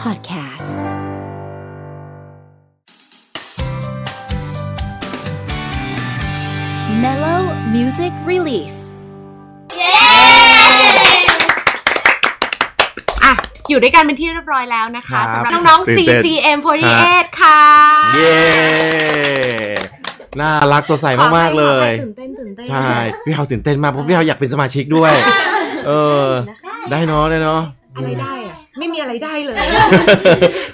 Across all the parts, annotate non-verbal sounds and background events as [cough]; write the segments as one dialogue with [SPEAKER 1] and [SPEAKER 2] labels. [SPEAKER 1] Podcast Mellow Music Release
[SPEAKER 2] อ่ะ อยู่ด้วยกันเป็นที่เรียบร้อยแล้วนะคะ
[SPEAKER 3] ครับ
[SPEAKER 2] สำหรับน้องๆ
[SPEAKER 3] ตื่นเต้น
[SPEAKER 2] CGM48 ค่ะ
[SPEAKER 3] เย้น่ารักสดใสมากๆเลย
[SPEAKER 2] ตื่นเต้นตื่นเต้น
[SPEAKER 3] ใช่ พี่เฮาตื่นเต้นมากเพราะพี่เฮาอยากเป็นสมาชิก
[SPEAKER 2] [laughs]
[SPEAKER 3] ด้วย เออ ได้เนาะได้เนาะ
[SPEAKER 2] อะไรได้อะไม่มีอะไรได้เลย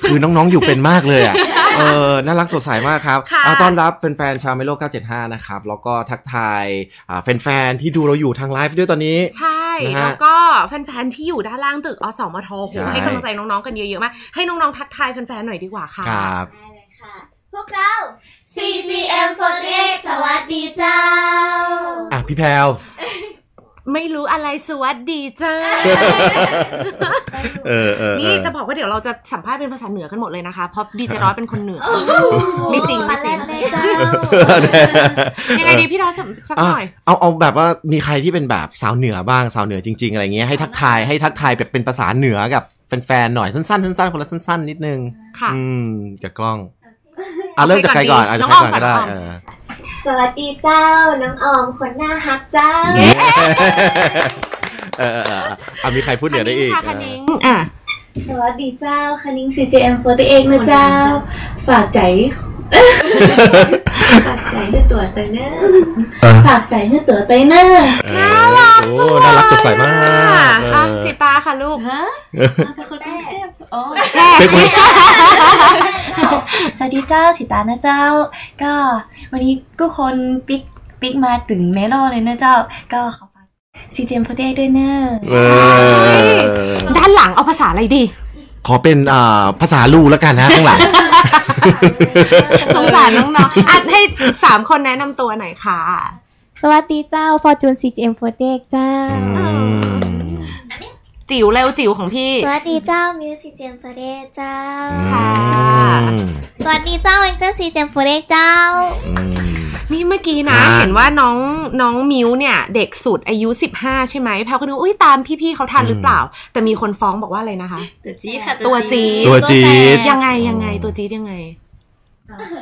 [SPEAKER 3] คือน้องๆอยู่เป็นมากเลยอ่ะ เออ น่ารักสดใสมากครับ
[SPEAKER 2] ค่ะ
[SPEAKER 3] อ่ะต้อนรับแฟนๆชาวเมโล975 นะครับ แล้วก็ทักทายอ่าแฟนๆที่ดูเราอยู่ทางไลฟ์ด้วยตอนนี้
[SPEAKER 2] ใช่
[SPEAKER 3] นะฮะ
[SPEAKER 2] แล้วก็แฟนๆที่อยู่ด้านล่างตึกอสมทโห
[SPEAKER 3] ใช่
[SPEAKER 2] ให้กำลังใจน้องๆกันเยอะๆมากให้น้องๆทักทายแฟนๆหน่อยดีกว่าค่ะ
[SPEAKER 3] ครับ
[SPEAKER 4] ได้เลยค่ะ พวกเรา CGM48 สวัสดีเจ้า
[SPEAKER 3] อ่ะ พี่แพลว
[SPEAKER 2] ไม่รู้อะไรสวัสดีเจ้า
[SPEAKER 3] เออเออเออ
[SPEAKER 2] นี่จะบอกว่าเดี๋ยวเราจะสัมภาษณ์เป็นภาษาเหนือกันหมดเลยนะคะเพราะดีเจร้อยเป็นคนเหนือ ไม่จริงไม่จริง
[SPEAKER 4] มาเล่นเลยเจ้า
[SPEAKER 2] ยังไงดีพี่ร้อยสักสักหน่อย
[SPEAKER 3] อ่ะเอาเอาแบบว่ามีใครที่เป็นแบบสาวเหนือบ้างสาวเหนือจริง ๆ อะไรเงี้ยให้ทักทายให้ทักทายแบบเป็นภาษาเหนือกับแฟนๆหน่อยสั้นๆสั้นๆคนละสั้นๆนิดนึง
[SPEAKER 2] ค่ะ
[SPEAKER 3] อืมจากกล้องอ่ะเริ่มจากใครก่อนอ่ะ
[SPEAKER 2] น้
[SPEAKER 3] จา
[SPEAKER 2] อก งอ้อม
[SPEAKER 3] ใครก่อนก็ได้
[SPEAKER 2] ก่อน
[SPEAKER 3] เออ
[SPEAKER 4] สวัสดีเจ้า น้องออมคนน่าฮักเจ้า
[SPEAKER 3] เออเออเอออ่ะมีใครพูดเหนือได้อีก
[SPEAKER 2] ค่ะคณิงอ่ะ
[SPEAKER 4] สวัสดีเจ้าคณิง CGM48 นะเจ้า ฝากใจ ฝากใจให้ตัวเตยเนอร์
[SPEAKER 3] เออ
[SPEAKER 4] ฝากใจให้ตัวเตยเนอร์
[SPEAKER 3] เออโอ้น่ารักสดใสมาก
[SPEAKER 2] ค่ะ
[SPEAKER 3] เออ
[SPEAKER 2] สีตาค่ะลูก
[SPEAKER 4] ฮะเราเป็นคนกรุงเทพอ๋อ
[SPEAKER 3] เป็นคน
[SPEAKER 4] สวัสดีเจ้าสิตานะเจ้า ก็วันนี้ก็คนปิ๊กปิ๊กมาถึงเมโลเลยนะเจ้า ก็ขอฝากซีเจมโพเต้ด้วยเน
[SPEAKER 5] [laughs]
[SPEAKER 4] อะ
[SPEAKER 3] เออ
[SPEAKER 2] ด้านหลังเอาภาษาอะไรดี
[SPEAKER 3] ขอเป็นอ่าภาษาลูแล้วกันนะข้างหลัง
[SPEAKER 2] สงสารน้องๆอ่ะให้สามคนแนะนำตัวหน่อยค่ะ
[SPEAKER 5] สวัสดีเจ้า ฟอร์จูน CGM48 เจ้า
[SPEAKER 3] อืม
[SPEAKER 2] จิ๋วเร็วจิ๋วของพี่
[SPEAKER 5] สวัสดีเจ้า มิวสิเจมโฟเรเจ้า สวัสดีเจ้าเอ็นเจอร์ซีเจมโฟเรเจ้า
[SPEAKER 2] นี่เมื่อกี้นะ
[SPEAKER 3] ครับ
[SPEAKER 2] เห็นว่าน้องน้องมิวเนี่ย เด็กสุดอายุ 15 ใช่ไหมแพลก็นึกว่าอุ้ยตามพี่ๆเขาทันหรือเปล่า แต่มีคนฟ้องบอกว่าอะไรนะคะ
[SPEAKER 4] ตัวจีค่ะ
[SPEAKER 2] ตัวจี๊ด
[SPEAKER 3] ตัวจี๊ด
[SPEAKER 2] ยังไงยังไงตัวจี๊ดยังไง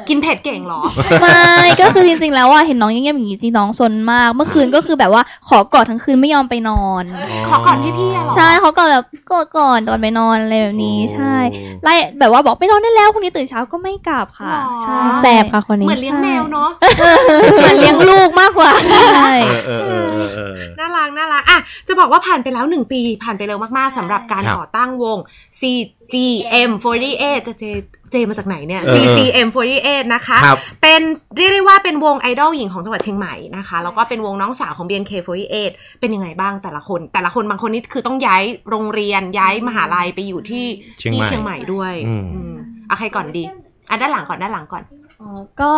[SPEAKER 2] กินเผ็ดเก่งเหรอ
[SPEAKER 5] ไม่ ก็คือจริงๆ แล้วอ่ะ เห็นน้องเงียบๆอย่างนี้จริงๆน้องซนมาก เมื่อคืนก็คือแบบว่าขอกอดทั้งคืนไม่ยอมไปนอน
[SPEAKER 2] ขอก่อนพี่ๆอะเหรอ
[SPEAKER 5] ใช่เขากอดแบบกอดก่อนตอนไปนอนอะไรแบบนี้ ใช่ ไล่แบบว่าบอกไปนอนได้แล้วพรุ่งนี้ตื่นเช้าก็ไม่กลับค่ะ
[SPEAKER 2] หรอ
[SPEAKER 5] ใช่แสบค่ะคนนี้
[SPEAKER 2] เหมือนเลี้ยงแมวเนาะ
[SPEAKER 5] เหมือนเลี้ยงลูกมากกว่า ใช่
[SPEAKER 3] เออเออเออเออเออ
[SPEAKER 2] น่ารักน่ารักอ่ะ จะบอกว่าผ่านไปแล้วหนึ่งปี ผ่านไปเร็วมาก ๆสำหรับการ
[SPEAKER 3] ครับ
[SPEAKER 2] ก่อตั้งวง CGM48 จะเจเจมาจากไหนเนี่ย
[SPEAKER 3] เออ
[SPEAKER 2] CGM48 นะคะ
[SPEAKER 3] ครับ
[SPEAKER 2] เป็นเรียกได้ว่าเป็นวงไอดอลหญิงของจังหวัดเชียงใหม่นะคะ แล้วก็เป็นวงน้องสาวของ BNK48 เป็นยังไงบ้างแต่ละคน แต่ละคนบางคนนี่คือต้องย้ายโรงเรียนย้ายมหาลัยไปอยู่ที่
[SPEAKER 3] เชียง
[SPEAKER 2] ที่
[SPEAKER 3] ใหม่
[SPEAKER 2] เชียงใหม่ด้วย
[SPEAKER 3] อืม
[SPEAKER 2] อืมเอาใครก่อนดีอ่ะด้านหลังก่อนด้านหลังก่อน
[SPEAKER 6] อ๋อก็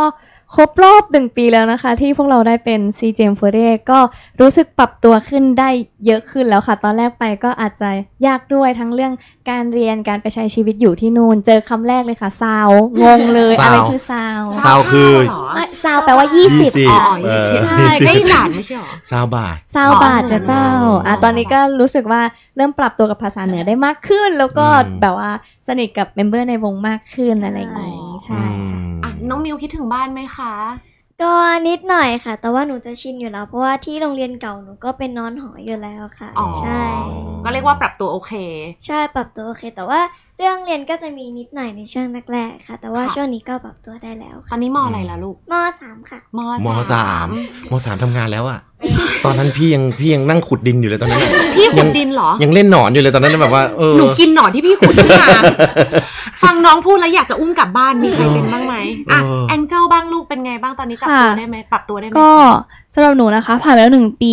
[SPEAKER 6] ครบรอบหนึ่งปีแล้วนะคะ ที่พวกเราได้เป็น CGM48 ก็รู้สึกปรับตัวขึ้นได้เยอะขึ้นแล้วค่ะ ตอนแรกไปก็อาจจะยากด้วยทั้งเรื่องการเรียนการไปใช้ชีวิตอยู่ที่นูน่นเจอคำแรกเลยค่ะซาวงงเลย
[SPEAKER 3] ซาว
[SPEAKER 6] อะไรคือซาว
[SPEAKER 3] ซาวคือ
[SPEAKER 2] เหรอ
[SPEAKER 6] ไม่ซาวแปลว่า 20
[SPEAKER 3] 20
[SPEAKER 2] อ๋อ
[SPEAKER 6] อ่ะ
[SPEAKER 3] เออ
[SPEAKER 2] ใช่ได้อีสานไม่ใช่เหรอ
[SPEAKER 3] ซาวบาท
[SPEAKER 6] ซาวบาทจะเจ้า
[SPEAKER 3] อ๋ออ่
[SPEAKER 6] อ่ะตอนนี้ก็รู้สึกว่าเริ่มปรับตัวกับภาษาเหนือได้มากขึ้น แล้วก็
[SPEAKER 3] อืม
[SPEAKER 6] แบบว่าสนิทกับเมมเบอร์ในวงมากขึ้นอะไรอย่างงี้ใช่ค่ะ
[SPEAKER 2] อ่ะน้องมิวคิดถึงบ้านไหมคะ
[SPEAKER 5] ก็นิดหน่อยค่ะ แต่ว่าหนูจะชินอยู่แล้ว เพราะว่าที่โรงเรียนเก่าหนูก็เป็นนอนหออยู่แล้วค่ะ
[SPEAKER 2] อ๋อ
[SPEAKER 5] ใช่
[SPEAKER 2] ก็เรียกว่าปรับตัวโอเค
[SPEAKER 5] ใช่ปรับตัวโอเค แต่ว่าเรื่องเรียนก็จะมีนิดหน่อยในช่วงแรกๆค่ะ แต่ว่า
[SPEAKER 2] ค่ะ
[SPEAKER 5] ช่วงนี้ก็ปรับตัวได้แล้ว
[SPEAKER 2] ต
[SPEAKER 5] ค่ะ
[SPEAKER 2] อนนี้มอะไรล่ะลูก
[SPEAKER 5] มสามค่ะ
[SPEAKER 2] ม
[SPEAKER 3] มสามมสามทำงานแล้วอะตอนนั้นพี่ยังพี่ยังนั่งขุดดินอยู่เลยตอนนั้นอะ
[SPEAKER 2] พี่ขุ
[SPEAKER 3] ยั
[SPEAKER 2] ด
[SPEAKER 3] ง
[SPEAKER 2] ดินเหรอ
[SPEAKER 3] ยังเล่นหนอนอยู่เลยตอนนั้นแบบว่าเออ
[SPEAKER 2] หนูกินหนอนที่พี่ขุดขึ้นมา ฟังน้องพูดแล้วอยากจะอุ้มกลับบ้านมีใครเป็นบ้างไหมอ่ะ
[SPEAKER 3] เออ
[SPEAKER 2] แองเจิลบ้างลูกเป็นไงบ้างตอนนี้ปรับตัว
[SPEAKER 6] ค่ะ
[SPEAKER 2] ได้ไหมปรับตัวได้ไหม
[SPEAKER 6] ก็สำหรับหนูนะคะ ผ่านไปแล้วหนึ่งปี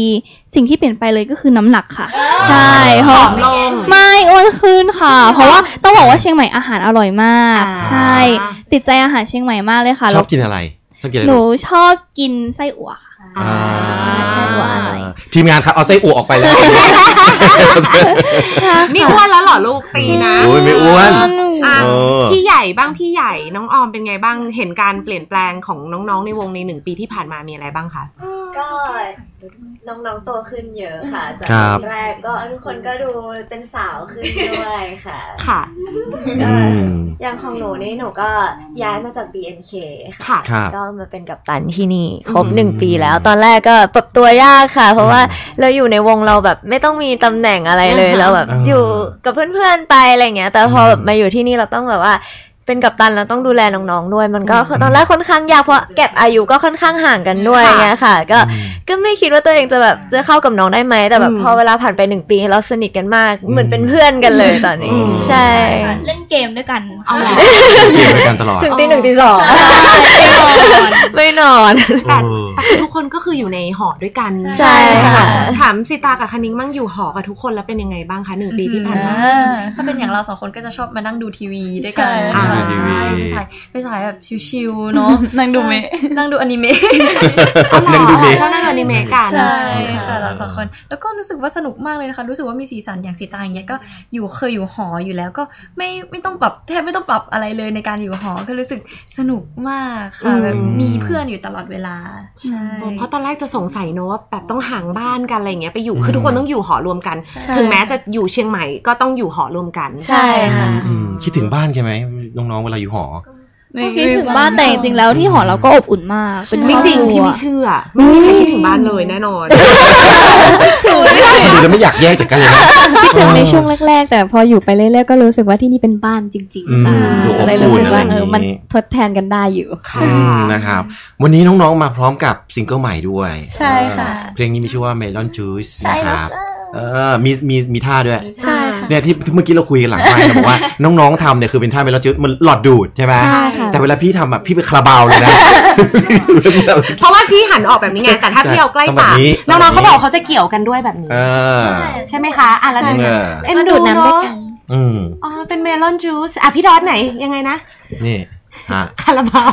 [SPEAKER 6] สิ่งที่เปลี่ยนไปเลยก็คือน้ำหนักค่ะ ใช่
[SPEAKER 2] ผ
[SPEAKER 6] เพราะ
[SPEAKER 2] อมลง
[SPEAKER 6] ไม่อ้วนขึ้นค่ะ เพราะว่าต้องบอกว่าเชียงใหม่อาหารอร่อยมาก
[SPEAKER 2] อ่า
[SPEAKER 6] ใช่ติดใจอาหารเชียงใหม่มากเลยค่ะ
[SPEAKER 3] ช
[SPEAKER 6] แล้
[SPEAKER 3] อ
[SPEAKER 6] ว
[SPEAKER 3] บกินอะไรชอบกินอะไร
[SPEAKER 6] หนูชอบกินไส้อั่วค่ะ
[SPEAKER 2] อ่า
[SPEAKER 3] อ่า
[SPEAKER 6] ไส้อั่วอร่อย
[SPEAKER 3] ทีมงานครับเอาไส้อั่วออกไปแล้ว
[SPEAKER 2] นี่อ้วนแล้วเหรอลูกตีนะ
[SPEAKER 3] โอ้ยไม่อ้วน
[SPEAKER 2] อ่ะ
[SPEAKER 3] เออ
[SPEAKER 2] พี่ใหญ่บ้างพี่ใหญ่น้องออมเป็นไงบ้างเห็นการเปลี่ยนแปลงของน้องๆในวงในหนึ่งปีที่ผ่านมามีอะไรบ้างคะ
[SPEAKER 5] อืม
[SPEAKER 7] ก็น้องๆโตขึ้นเยอะค่ะ จาก
[SPEAKER 3] ครับ
[SPEAKER 7] ตอนแรกก็ทุกคนก็ดูเป็นสาวขึ้นด้วยค่ะ
[SPEAKER 2] ค่ะ
[SPEAKER 7] ก็
[SPEAKER 3] อืม
[SPEAKER 7] อย่างของหนูนี่หนูก็ย้ายมาจาก BNK
[SPEAKER 2] ค่ะ
[SPEAKER 3] ครับ
[SPEAKER 7] ก็มาเป็นกัปตันที่นี่ครบ
[SPEAKER 3] อืม
[SPEAKER 7] หนึ่งปีแล้ว ตอนแรกก็ปรับตัวยากค่ะ เพราะว่าเราอยู่ในวงเราแบบไม่ต้องมีตำแหน่งอะไรเลย
[SPEAKER 2] อ่าฮะ
[SPEAKER 7] เราแบบ
[SPEAKER 3] อ่า
[SPEAKER 7] อยู่กับเพื่อนๆไปอะไรเงี้ย แต่พออ
[SPEAKER 3] ม
[SPEAKER 7] แบบมาอยู่ที่นี่เราต้องแบบว่าเป็นกัปตันเราต้องดูแลน้องๆด้วย มันก็ตอนแรกค่อนข้างยากเพราะแก็บอายุก็ค่อนข้างห่างกันด้วยเงี้ยค่ะ ก็
[SPEAKER 3] อืม
[SPEAKER 7] ก็ไม่คิดว่าตัวเองจะแบบจะเข้ากับน้องได้ไหมแต่แบบพอเวลาผ่านไปหนึ่งปีเราสนิทกันมากเหมือนเป็นเพื่อนกันเลยตอนนี้ ใช่
[SPEAKER 5] เล่นเกมด้วยกัน
[SPEAKER 2] เอาเหรอ
[SPEAKER 3] เกี่ยวกันตลอด
[SPEAKER 7] ถึงตีหนึ่งตีสองไม่นอน
[SPEAKER 2] แต่
[SPEAKER 3] เออ
[SPEAKER 2] แต่คือทุกคนก็คืออยู่ในหอด้วยกัน
[SPEAKER 7] ใช่ค่ะ
[SPEAKER 2] ถามสิตากับคณิงมั่งอยู่หอกับทุกคนแล้วเป็นยังไงบ้างคะหนึ่งปีที่ผ่านมา
[SPEAKER 8] ถ้าเป็นอย่างเราสองคนก็จะชอบมานั่งดูทีวีด้วยกัน
[SPEAKER 5] ใช่
[SPEAKER 3] อ่า
[SPEAKER 8] ใช่ไม่ใช่ไม่ใช่แบบชิวๆเนาะ
[SPEAKER 9] นั่งดูเมะ
[SPEAKER 8] ใช่นั่งดูอนิเมะ
[SPEAKER 3] นั่งดูเม
[SPEAKER 2] ชอบนั่งอนิเมะกัน
[SPEAKER 8] ใช่
[SPEAKER 3] อ่า
[SPEAKER 8] ค่ะเราสองคนแล้วก็รู้สึกว่าสนุกมากเลยนะคะรู้สึกว่ามีสีสันอย่างสีตาอย่างเงี้ยก็อยู่เคยอยู่หออยู่แล้วก็ไม่ไม่ต้องปรับแทบไม่ต้องปรับอะไรเลยในการอยู่หอก็รู้สึกสนุกมากค่ะ
[SPEAKER 2] อืม
[SPEAKER 8] แบบมีเพื่อนอยู่ตลอดเวลาใช่
[SPEAKER 2] เพราะตอนแรกจะสงสัยเนอะว่าแบบต้องห่างบ้านกันอะไรอย่างเงี้ยไปอยู่คือทุกคนต้องอยู่หอรวมกัน ถึงแม้จะอยู่เชียงใหม่ก็ต้องอยู่หอรวมกัน
[SPEAKER 7] ใช่ค่ะ
[SPEAKER 3] อืมคิดถึงบ้านใช่ไหมน้องๆเวลาอยู่หอ
[SPEAKER 5] ก็คิดถึงบ้านแต่จริงๆแล้วที่หอเราก็อบอุ่นมาก เป็น
[SPEAKER 2] ไม่จริง
[SPEAKER 5] ค
[SPEAKER 2] พี่
[SPEAKER 5] อบค
[SPEAKER 2] ไม่
[SPEAKER 5] ว
[SPEAKER 2] เชื่อไม่มีใครคิดถึงบ้านเลยแน่นอน
[SPEAKER 3] ดูแล้วไม่อยากแยกจากกันเลยนะ
[SPEAKER 6] ถึงในช่วงแรก ๆ แต่พออยู่ไปเรื่อยๆก็รู้สึกว่าที่นี่เป็นบ้านจริง
[SPEAKER 3] อืมดูอบอุ่น
[SPEAKER 6] เลยรู้สึกว่า
[SPEAKER 3] อะไรอย่างนี้
[SPEAKER 6] เออมันทดแทนกันได้อยู่
[SPEAKER 3] อืมนะครับ วันนี้น้องๆมาพร้อมกับซิงเกิลใหม่ด้วย
[SPEAKER 8] ใช่ค่ะ
[SPEAKER 3] เออเพลงนี้มีชื่อว่า Melon Juice นะครับเออมีมีมีท่าด้วย
[SPEAKER 5] ใช่ค่ะ
[SPEAKER 3] เนี่ยที่ที่เมื่อกี้เราคุยกันหลังไปเราบอกว่า [laughs] น้องๆทำเนี่ยคือเป็นท่า Melon Juice มันหลอดดูดใช่ไหม
[SPEAKER 6] ใช่ค่ะ
[SPEAKER 3] แต่เวลาพี่ทำอ่ะพี่เป็นคาราบาวเลยนะ
[SPEAKER 2] เพราะว่าพี่หันออกแบบนี้ไงแต่ถ้าพี่เอาใกล้ปาก
[SPEAKER 3] แบบนี้
[SPEAKER 2] น้องๆเขาบอกเขาจะเกี่ยวกันด้วยแบบนี้
[SPEAKER 3] เออ
[SPEAKER 2] ใช่ไหมคะอ่ะแล้ว
[SPEAKER 3] เออ
[SPEAKER 2] เอ็นดูเนาะ
[SPEAKER 3] อืม
[SPEAKER 2] อ๋อเป็นเมลอนจูสอ่ะพี่ดอสไหนยังไงนะ
[SPEAKER 3] นี่ฮะ
[SPEAKER 2] คาราบาว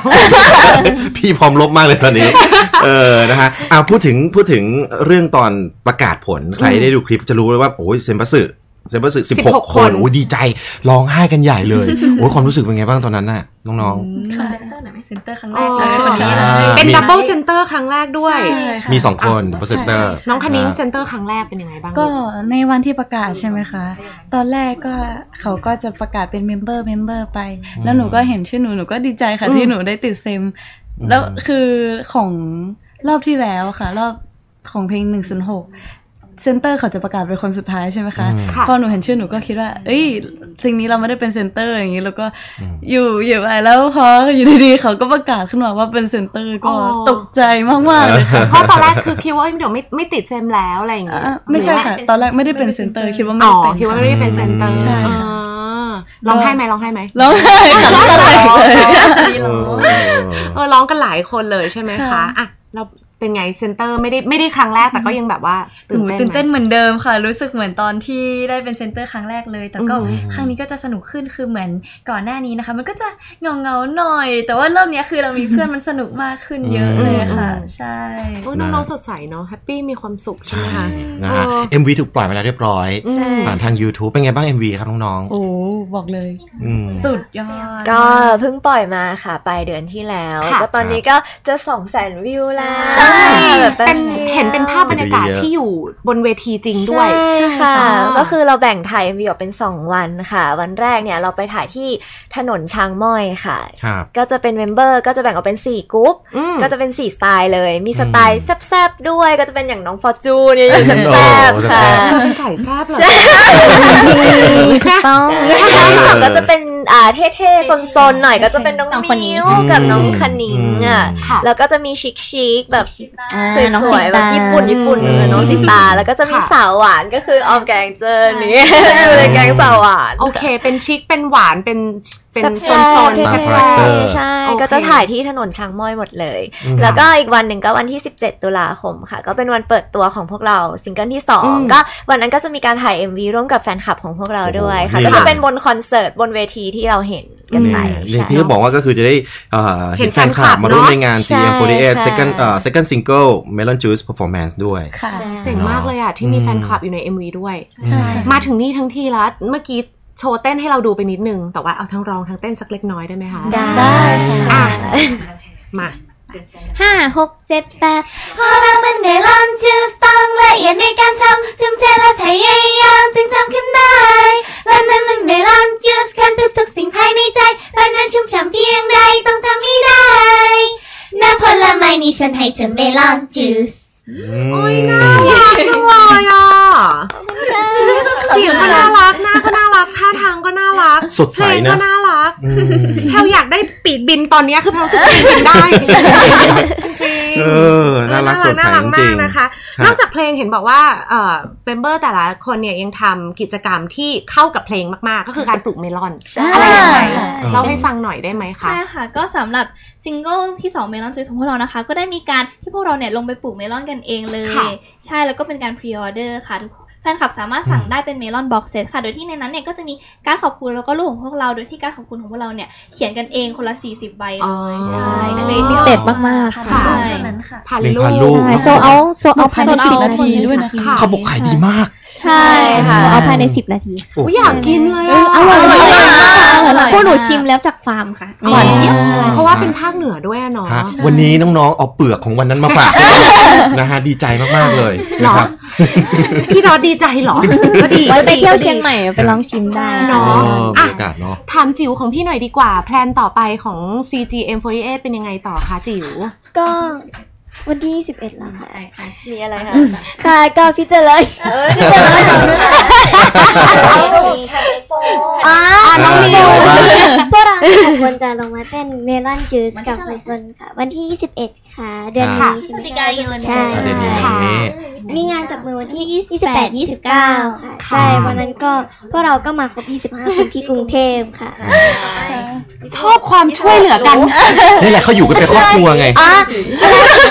[SPEAKER 3] พี่พร้อมลบมากเลยตอนนี้ [laughs] เออ นะฮะอ่าพูดถึง พูดถึงเรื่องตอนประกาศผล ใครได้ดูคลิปจะรู้เลยว่า โอ้ยเซนปัสสึเซนปัสสึสิบหก
[SPEAKER 2] 16
[SPEAKER 3] คน โอ้ยดีใจ ร้องไห้กันใหญ่เลย โอ้ยความรู้สึกเป็นไงบ้างตอนนั้นน่ะ น้อง
[SPEAKER 8] เซ็นเตอร์ครั้งแรกเลย
[SPEAKER 2] อ๋อ
[SPEAKER 8] คนนี้
[SPEAKER 3] อ่า
[SPEAKER 2] เป็น
[SPEAKER 3] มี
[SPEAKER 2] ดับเบิลเซนเตอร์ครั้งแรกด้วย
[SPEAKER 3] ๆ มีสองคนเปอร์เซนเตอร์
[SPEAKER 2] น้องคณิ้งเซนเตอร์ครั้งแรกเป็นยังไงบ้าง
[SPEAKER 9] ก็ในวันที่ประกาศใช่ไหมคะ ตอนแรกก็เขาก็จะประกาศเป็นเมมเบอร์เมมเบอร์ไป
[SPEAKER 3] อืม
[SPEAKER 9] แล้วหนูก็เห็นชื่อหนูหนูก็ดีใจค่ะที่หนูได้ติดเซม
[SPEAKER 3] อืม
[SPEAKER 9] แล้วคือของรอบที่แล้วค่ะ รอบของเพลงหนึ่งศูนย์หกเซนเตอร์เขาจะประกาศเป็นคนสุดท้ายใช่ไหมคะ
[SPEAKER 3] อืม
[SPEAKER 2] ค่ะ
[SPEAKER 9] พอหนูเห็นชื่อหนูก็คิดว่า เอ้ยสิ่งนี้เราไม่ได้เป็นเซนเตอร์อย่างนี้ แล้วก็
[SPEAKER 3] อืม
[SPEAKER 9] อยู่อยู่ไปแล้วพออยู่ดีๆเขาก็ประกาศขึ้นมาว่าเป็นเซนเตอร์ก็
[SPEAKER 2] อ๋อ
[SPEAKER 9] ตกใจมากๆเลยค่ะ
[SPEAKER 2] เพราะตอนแรกคือคิดว่าเอ้ยเดี๋ยวไม่ไม่ติดเซมแล้วอะไรอย่างเงี้ย
[SPEAKER 9] อ่ะไม่ใช่ค่ะ ตอนแรกไม่ได้เป็นเซนเตอร์คิดว่าไม่
[SPEAKER 2] อ๋อ
[SPEAKER 9] ได้เป็น
[SPEAKER 2] คิดว่า
[SPEAKER 9] ค่ะ
[SPEAKER 2] ไม่ได้เป็นเซนเตอร์
[SPEAKER 9] ใช่ค่ะ
[SPEAKER 2] อ๋อร้องไห้ไหมร้องไห้ไหม
[SPEAKER 9] ร้องไห้ค่ะร้องไห้เลย
[SPEAKER 3] เออ
[SPEAKER 2] เออร้องกันหลายคนเลยใช่ไหมคะอ่ะเราเป็นไงเซนเตอร์ไม่ได้ไม่ได้ครั้งแรกแต่ก็ยังแบบว่า
[SPEAKER 8] หนูตื่
[SPEAKER 2] ตื่
[SPEAKER 8] น
[SPEAKER 2] นเต้
[SPEAKER 8] เต้
[SPEAKER 2] นไหม
[SPEAKER 8] นเหมือนเดิมค่ะ รู้สึกเหมือนตอนที่ได้เป็นเซนเตอร์ครั้งแรกเลย แต่ก็
[SPEAKER 2] อืม
[SPEAKER 8] ครั้งนี้ก็จะสนุกขึ้นคือเหมือนก่อนหน้านี้นะคะ มันก็จะเงาเงาๆหน่อย แต่ว่ารอบเนี้ยคือเรามีเพื่อนมันสนุกมากขึ้นเยอะเลยค่ะ ใช่
[SPEAKER 2] โอ้ยน้องๆสดใสเนาะแฮปปี้มีความสุขใช่ไหม
[SPEAKER 3] ใช่
[SPEAKER 2] คะ
[SPEAKER 3] นะฮะ
[SPEAKER 2] เออ
[SPEAKER 3] MV ถูกปล่อยมาแล้วเรียบร้อย
[SPEAKER 2] ใช่
[SPEAKER 3] ผ่านทาง YouTube เป็นไงบ้าง MV ครับน้อง
[SPEAKER 9] โอ้บอกเลย
[SPEAKER 3] ๆอืม
[SPEAKER 8] สุดยอด
[SPEAKER 7] ก็เพิ่งปล่อยมาค่ะปลายเดือนที่แล้ว
[SPEAKER 2] ค่ะ
[SPEAKER 7] ก็ตอนนี้ก็จะสองแสนวิวแล้ว
[SPEAKER 2] ใช่
[SPEAKER 7] แบบแป๊บ
[SPEAKER 2] เป็น
[SPEAKER 7] ดียว
[SPEAKER 2] เห็นเป็นภาพบรรยากาศ
[SPEAKER 3] เยอะ
[SPEAKER 2] ที่อยู่บนเวทีจริงด้วย
[SPEAKER 7] ใช่ค่ะ
[SPEAKER 2] ใช่ค่ะ
[SPEAKER 7] ก็คือเราแบ่งถ่ายมีออกเป็น 2 วันค่ะ วันแรกเนี่ยเราไปถ่ายที่ถนนช้างม้อยค่ะ
[SPEAKER 3] ครับ
[SPEAKER 7] ก็จะเป็นเมมเบอร์ก็จะแบ่งออกเป็น 4กรุ๊ป
[SPEAKER 2] อืม
[SPEAKER 7] ก็จะเป็น 4 สไตล์เลย มีสไตล์
[SPEAKER 3] อืม
[SPEAKER 7] แซบๆด้วยก็จะเป็นอย่างน้องฟอร์จูน
[SPEAKER 3] [laughs]
[SPEAKER 7] เนี่ยอยู่แซบๆค่ะ
[SPEAKER 2] เป็นสายแซบเหรอ
[SPEAKER 6] ถูกต้อง
[SPEAKER 7] ถ้าน้องสองก็จะเป็นอ่าเท่ๆซนๆหน่อยก็จะเป็นน้อง
[SPEAKER 5] สองคนนี้
[SPEAKER 7] มิวกับน้องคณิงอ่ะ
[SPEAKER 3] อืม
[SPEAKER 2] ค่ะ
[SPEAKER 7] แล้วก็จะมีชิคๆแบบส
[SPEAKER 6] อ่าน้องสิ
[SPEAKER 7] วยๆ
[SPEAKER 6] ตา
[SPEAKER 7] แบบญี่ปุ่นญี่ปุ่น
[SPEAKER 3] อืม
[SPEAKER 7] น้องสิตา แล้วก็จะมี
[SPEAKER 2] ค่ะ
[SPEAKER 7] สาวหวานก็คือออมแกงเจินนี่ [laughs] เป็นแกงสาวหวาน
[SPEAKER 2] โอเค เป็นชิค เป็นหวาน เป็นเป็นโซ
[SPEAKER 7] แซ่บๆ
[SPEAKER 2] น
[SPEAKER 7] เท่ๆ
[SPEAKER 3] ตามคาแรคเตอร์
[SPEAKER 7] ใช่
[SPEAKER 2] โอเค
[SPEAKER 7] ก็จะถ่ายที่ถนนช้างม้อยหมดเลย
[SPEAKER 3] อืม
[SPEAKER 7] แล้วก็อีกวันหนึ่งก็วันที่ 17 ตุลาคมค่ะ ก็เป็นวันเปิดตัวของพวกเราซิงเกิลที่สองก็วันนั้นก็จะมีการถ่าย MV ร่วมกับแฟนคลับของพวกเราด้วยค่ะ
[SPEAKER 3] โอ้โห
[SPEAKER 7] ก็จะเป็นบนคอนเสิร์ตบนเวทีที่เราเห็นกันไป
[SPEAKER 3] อย่าง
[SPEAKER 7] ใช่
[SPEAKER 3] ที่เขาบอกว่าก็คือจะได้เอ่อ
[SPEAKER 2] เห็
[SPEAKER 3] เห็
[SPEAKER 2] น
[SPEAKER 3] น
[SPEAKER 2] แฟ
[SPEAKER 3] แฟ
[SPEAKER 2] นค
[SPEAKER 3] นค
[SPEAKER 2] ลั
[SPEAKER 3] ลั
[SPEAKER 2] บบ
[SPEAKER 3] มาร่วม
[SPEAKER 2] เนอะ
[SPEAKER 3] ในงาน
[SPEAKER 7] ใช่
[SPEAKER 3] CM48
[SPEAKER 7] ใช่
[SPEAKER 3] second เอ่อ second single Melon Juice performance ด้วย
[SPEAKER 9] ค่ะ
[SPEAKER 7] ใช่
[SPEAKER 2] เจ๋งมากเลยอ่ะ ที่
[SPEAKER 3] อืม
[SPEAKER 2] มีแฟนคลับอยู่ใน MV ด้วย
[SPEAKER 9] ใช่
[SPEAKER 2] มาถึงนี่ทั้งทีแล้ว เมื่อกี้โชว์เต้นให้เราดูไปนิดนึง แต่ว่าเอาทั้งร้องทั้งเต้นสักเล็กน้อยได้ไหมคะ
[SPEAKER 7] ได้
[SPEAKER 2] อ่ะ มา
[SPEAKER 6] ห้าหกเจ็ดแปด
[SPEAKER 4] เพราะเราเป็นเมลอนจืสต้องละเอียดในการทำจุ่มเทและพยายามจึงทำขึ้นได้เรานั้นมันเมลอนจืสคันทุกทุกๆสิ่งภายในใจเพราะนั้นชุ่มฉ่ำเพียงใดต้องทำให้ได้น้ำผลไม้นี้ฉันให้เธอเมลอนจืส
[SPEAKER 3] โอ้ยน่า
[SPEAKER 2] จังเลยอ่ะเสียงก็น่ารักหน้าก็น่ารักท่าทางก็น่ารัก
[SPEAKER 3] สดใสนะ
[SPEAKER 2] เพลงก็น่ารักแพลวอยากได้ปีกบินตอนเนี้ยคือแพลวจะปีกบินได้จริงๆ
[SPEAKER 3] เออ น่ารักสดใส
[SPEAKER 2] น่ารัก
[SPEAKER 3] จ
[SPEAKER 2] มา
[SPEAKER 3] ริ
[SPEAKER 2] ก
[SPEAKER 3] ง
[SPEAKER 2] นะคะ
[SPEAKER 3] ฮะ
[SPEAKER 2] นอกจากเพลงเห็นบอกว่าเอ่อเมมเบอร์แต่ละคนเนี่ยยังทำกิจกรรมที่เข้ากับเพลงมากๆ ก็คือการปลูกเมลอน
[SPEAKER 7] ใช่
[SPEAKER 2] อะไรยังไง
[SPEAKER 3] เออ
[SPEAKER 2] เล่าให้ฟังหน่อยได้ไหมคะ
[SPEAKER 5] ใช่ค่ะ ก็สำหรับซิงเกิลที่2เมลอนจุยของพวกเรานะคะ ก็ได้มีการที่พวกเราเนี่ยลงไปปลูกเมลอนกันเองเลย
[SPEAKER 2] ค่ะ
[SPEAKER 5] ใช่แล้วก็เป็นการพรีออเดอร์ค่ะทุกคนแฟนคลับสามารถสั่งได้เป็นเมลอนบ็อกเซตค่ะ โดยที่ในนั้นเนี่ยก็จะมีการดขอบคุณแล้วก็รูปของพวกเรา โดยที่การดขอบคุณของพวกเราเนี่ยเขียนกันเองคนละ 40 ใบ
[SPEAKER 2] อ๋
[SPEAKER 5] เล
[SPEAKER 2] อ
[SPEAKER 5] ยใช่
[SPEAKER 2] อ๋อ
[SPEAKER 5] เลย
[SPEAKER 6] พิ
[SPEAKER 5] ที่
[SPEAKER 6] เศษมาก
[SPEAKER 8] ค่ะ
[SPEAKER 2] ค่ะ
[SPEAKER 8] รูปเท่านั้นค่ะ
[SPEAKER 2] ผ่าน
[SPEAKER 3] หนึ่ง
[SPEAKER 2] ลู
[SPEAKER 3] พัน
[SPEAKER 2] ก
[SPEAKER 3] ลูก
[SPEAKER 6] ใช่โซเอาโซเอาภายใน
[SPEAKER 5] โซล
[SPEAKER 6] สิบ
[SPEAKER 5] เอา
[SPEAKER 6] นาทีด้วยนะคะ
[SPEAKER 2] ค่ะ
[SPEAKER 3] เขาบอกขายดีมาก
[SPEAKER 5] ใช่ค่ะ
[SPEAKER 6] โซเอาภายในสิบนาที
[SPEAKER 3] โอ้
[SPEAKER 2] อุ๊ยอยากกินเลยอ่ะ
[SPEAKER 6] อร่อยมาก
[SPEAKER 5] อร่อยมาก
[SPEAKER 6] พวกหนูชิมแล้วจากฟาร์มค่ะ
[SPEAKER 2] หวานเจี๊ยบ
[SPEAKER 3] อ๋อ
[SPEAKER 2] เพราะว่าเป็นภาคเหนือด้วยอะเนาะ
[SPEAKER 3] ฮะวันนี้น้องๆ เอาเปลือกของวันนั้นมา
[SPEAKER 2] [laughs]
[SPEAKER 3] ฝาก นะฮะดีใจมากๆเลยนะครับ
[SPEAKER 2] พี่รอดดีใจเหรอ ก็ดี
[SPEAKER 6] ไว้ไป
[SPEAKER 2] ก็ดี
[SPEAKER 6] เที่ยวเชียงใหม่ไปลองชิมได้
[SPEAKER 3] เอ
[SPEAKER 2] เนาะ
[SPEAKER 3] อมี
[SPEAKER 2] อ่ะ
[SPEAKER 3] โอกาสเนาะ
[SPEAKER 2] ถามจิ๋วของพี่หน่อยดีกว่า แพลนต่อไปของ CGM48 เป็นยังไงต่อคะจิ๋ว
[SPEAKER 10] ก็วันที่ 11แล้วค่ะ
[SPEAKER 7] มีอะไรคะ
[SPEAKER 10] ค่ะก็พี่เจเลยพี่เจเลย
[SPEAKER 7] มีค่ะเอ็กโป
[SPEAKER 10] อ๋อ
[SPEAKER 3] อ่าน้องนิว
[SPEAKER 10] พวกเราสองคนจะลงมาเต้นเมลอนจูสกับคนๆค่ะ วันที่ 21 ค่ะ เดือน
[SPEAKER 3] ค่ะ
[SPEAKER 10] นี้ใช่ไหมคะใช่
[SPEAKER 3] ประเด็นนี้
[SPEAKER 10] ค่ะ
[SPEAKER 2] ค่ะ
[SPEAKER 10] มีงานจับมือวันที่ 28 29 ค่ะ ใช่ วันนั้นก็พวกเราก็มาครบ 25 คนที่กรุงเทพค่ะ
[SPEAKER 2] ชอบความช่วยเหลือกัน
[SPEAKER 3] นี่แหละเขาอยู่กันเป็นครอบครัวไง
[SPEAKER 10] อ๋อ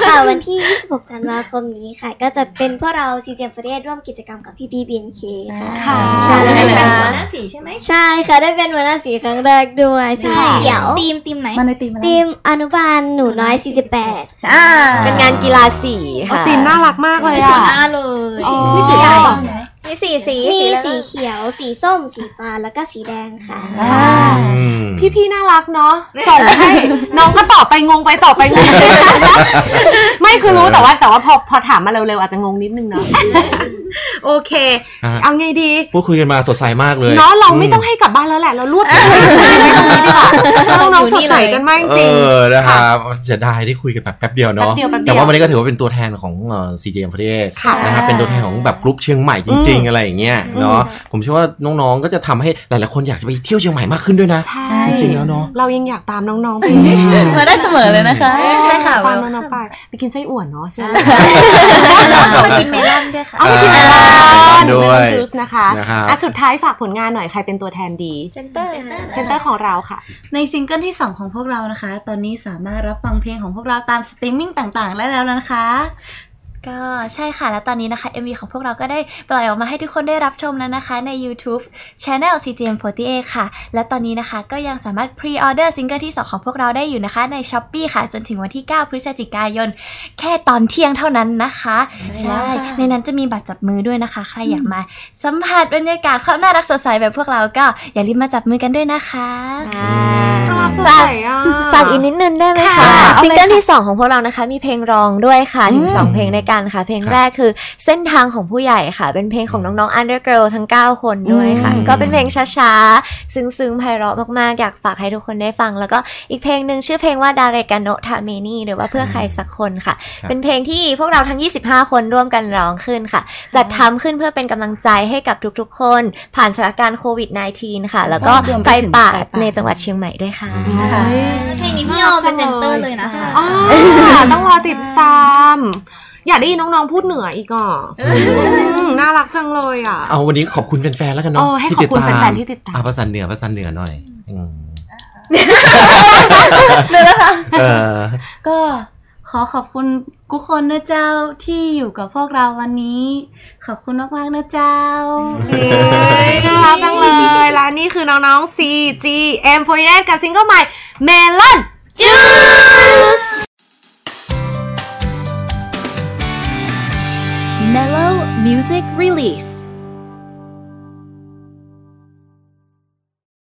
[SPEAKER 10] ค่ะ วันที่ 26 ธันวาคมนี้ค่ะ ก็จะเป็นพวกเรา CGM f o r ร่วมกิจกรรมกับพี่บีบีเอ็นเคค่ะ
[SPEAKER 2] ค่ะ
[SPEAKER 10] ใช่
[SPEAKER 5] ได้เป็นหัวหน้าสีใช่ไหม
[SPEAKER 10] ใช่ค่ะ ได้เป็นหัวหน้าสีครั้งแรกด้วยสีเขียว
[SPEAKER 5] ทีมทีมไหน
[SPEAKER 9] มาในตีมอะไร
[SPEAKER 10] ทีมอนุบาลหนูน้อย 48
[SPEAKER 7] อ่าเป็นงานกีฬาสีค่ะ
[SPEAKER 2] ตีมน่ารักมากเลยอ่ะ
[SPEAKER 5] หน้าเลย
[SPEAKER 2] อ๋อ
[SPEAKER 5] มีสีอะไรบ้างไหม
[SPEAKER 7] มีสีสี
[SPEAKER 10] มี
[SPEAKER 7] อะไร
[SPEAKER 10] สี
[SPEAKER 7] บ้าง
[SPEAKER 10] เขียว สีส้ม สีฟ้า แล้วก็สีแดงค่ะ
[SPEAKER 3] อืม
[SPEAKER 2] พี่ๆน่ารักเนาะส่งให้ น้องก็ตอบไปงงไปตอบไปงง [laughs] ไม่คือรู้แต่ว่าแต่ว่าพอพอถามมาเร็วๆอาจจะงงนิดนึงเนาะ โอเค
[SPEAKER 3] ฮะ
[SPEAKER 2] เอาไงดี
[SPEAKER 3] พูดคุยกันมาสดใสมากเลย
[SPEAKER 2] เนาะเราไม่ต้องให้กลับบ้านแล้วแหละ เรารวบไปตรงนี้ดีกว่าน้องๆสดใสกันมากจ
[SPEAKER 3] เอ
[SPEAKER 2] ริง
[SPEAKER 3] อนะครับเสียดายที่คุยกันแบบแป๊บเดียวเนาะ
[SPEAKER 2] แป๊บเดียวแป๊บเดียว
[SPEAKER 3] แต่ว่าวันนี้ก็ถือว่าเป็นตัวแทนของซีเจมประเทศ
[SPEAKER 2] ค่ะ
[SPEAKER 3] นะครับเป็นตัวแทนของแบบกรุ๊ปเชียงใหม่จริง
[SPEAKER 2] อืม
[SPEAKER 3] ๆ อะไรอย่างเงี้ยเนาะผมเชื่อว่าน้องๆก็จะทำให้หลายๆคนอยากจะไปเที่ยวเชียงใหม่มากขึ้นด้วยนะ
[SPEAKER 2] ใช่
[SPEAKER 3] จริงๆแล้วเนาะ
[SPEAKER 2] เรายังอยากตามน้องๆ
[SPEAKER 3] [laughs]
[SPEAKER 2] ไปเลย
[SPEAKER 6] มาได้เสมอเลยนะคะ
[SPEAKER 8] ใช่ค่ะ
[SPEAKER 2] ตามน้องๆไปไปกินไส้อั่วเนาะใช่ไหม
[SPEAKER 8] ก็ไปกินเมลอนด้วยค่ะ
[SPEAKER 2] เอาไปกิน
[SPEAKER 3] อ่า
[SPEAKER 2] ร้าน
[SPEAKER 3] ด้วย
[SPEAKER 2] เมลอนจูสนะคะ
[SPEAKER 3] นะครับ
[SPEAKER 2] อ่ะสุดท้ายฝากผลงานหน่อยใครเป็นตัวแทนดี
[SPEAKER 7] เซนเตอร์
[SPEAKER 2] เซ็นเตอร์ของเราค่ะ
[SPEAKER 9] ในซิงเกิลที่ 2 ของพวกเรานะคะ ตอนนี้สามารถรับฟังเพลงของพวกเราตามสตรีมมิ่งต่างๆ ได้แล้วนะคะ
[SPEAKER 8] ก็ใช่ค่ะ และตอนนี้นะคะ MV ของพวกเราก็ได้ปล่อยออกมาให้ทุกคนได้รับชมแล้วนะคะ ใน YouTube Channel CGM48 ค่ะ และตอนนี้นะคะก็ยังสามารถ Pre-order ซิงเกิลที่ 2 ของพวกเราได้อยู่นะคะ ใน s h อ p e e ค่ะ จนถึงวันที่ 9 พฤศจิกายน แค่ตอนเที่ยงเท่านั้นนะคะ ใช่ ในนั้นจะมีบัตรจับมือด้วยนะคะ ใครอยากมา สัมผัสบรรยากาศความน่ารักสดใสแบบพวกเราก็อย่าลืมมาจับมือกันด้วยนะคะ
[SPEAKER 2] น่ารักสด
[SPEAKER 7] ฝาก
[SPEAKER 2] ใสอ่ะ
[SPEAKER 7] [laughs] ฝากอีกนิดนึงได้ไหมคะซิงเกิลที่ 2 ของพวกเรานะคะ มีเพลงร้องด้วยค่ะ ถึง 2 เพลงในการค่ะ เพลงแรกคือเส้นทางของผู้ใหญ่ค่ะ เป็นเพลงของน้องๆ Under Girl ทั้ง 9 คนด้วยค่ะ
[SPEAKER 3] อืม
[SPEAKER 7] ก็เป็นเพลงช้าๆ ซึ้งๆไพเราะมากๆ อยากฝากให้ทุกคนได้ฟัง แล้วก็อีกเพลงหนึ่งชื่อเพลงว่าดาร e กาโนทาเมนีหรือว่าเพื่อใครสักคนค่ะ เป็นเพลงที่พวกเราทั้ง 25 คนร่วมกันร้องขึ้นค่ะ จัดทำขึ้นเพื่อเป็นกำลังใจให้กับทุกๆ คน ผ่านสถานการณ์โควิด -19 ค่ะ แล้วก็
[SPEAKER 9] รวม
[SPEAKER 7] ไฟ
[SPEAKER 9] ไปถึง
[SPEAKER 7] ป่า
[SPEAKER 9] ไฟป่า
[SPEAKER 7] ในจังหวัดเชียงใหม่ด้วยค่ะ
[SPEAKER 5] เพลงนี้พี่ยอมเป็นเซนเตอร์เลยนะคะ
[SPEAKER 2] อ๋อ ต้องรอติดตาม อยากได้ยินน้องๆพูดเหนืออีกอ่ะมน่ารักจังเลยอ่ะ
[SPEAKER 3] เอาวันนี้ขอบคุณแฟนๆแล้วกัน
[SPEAKER 2] โอ้
[SPEAKER 3] เนาะ
[SPEAKER 2] ให้
[SPEAKER 3] ที่
[SPEAKER 2] ขอ
[SPEAKER 3] ติ
[SPEAKER 2] บ
[SPEAKER 3] ด
[SPEAKER 2] คุณ
[SPEAKER 3] ตาม
[SPEAKER 2] แฟนๆที่ติดตาม
[SPEAKER 3] อ่ะภาษาเหนือภาษาเหนือหน่อยอืมเออ
[SPEAKER 9] ก็ขอขอบคุณทุกคนนะเจ้าที่อยู่กับพวกเราวันนี้ ขอบคุณมากๆนะเจ้า
[SPEAKER 2] น่ารักจังเลย และนี่คือน้องๆ CGM48 กับซิงเกิลใหม่ Melon
[SPEAKER 1] Mellow Music Release.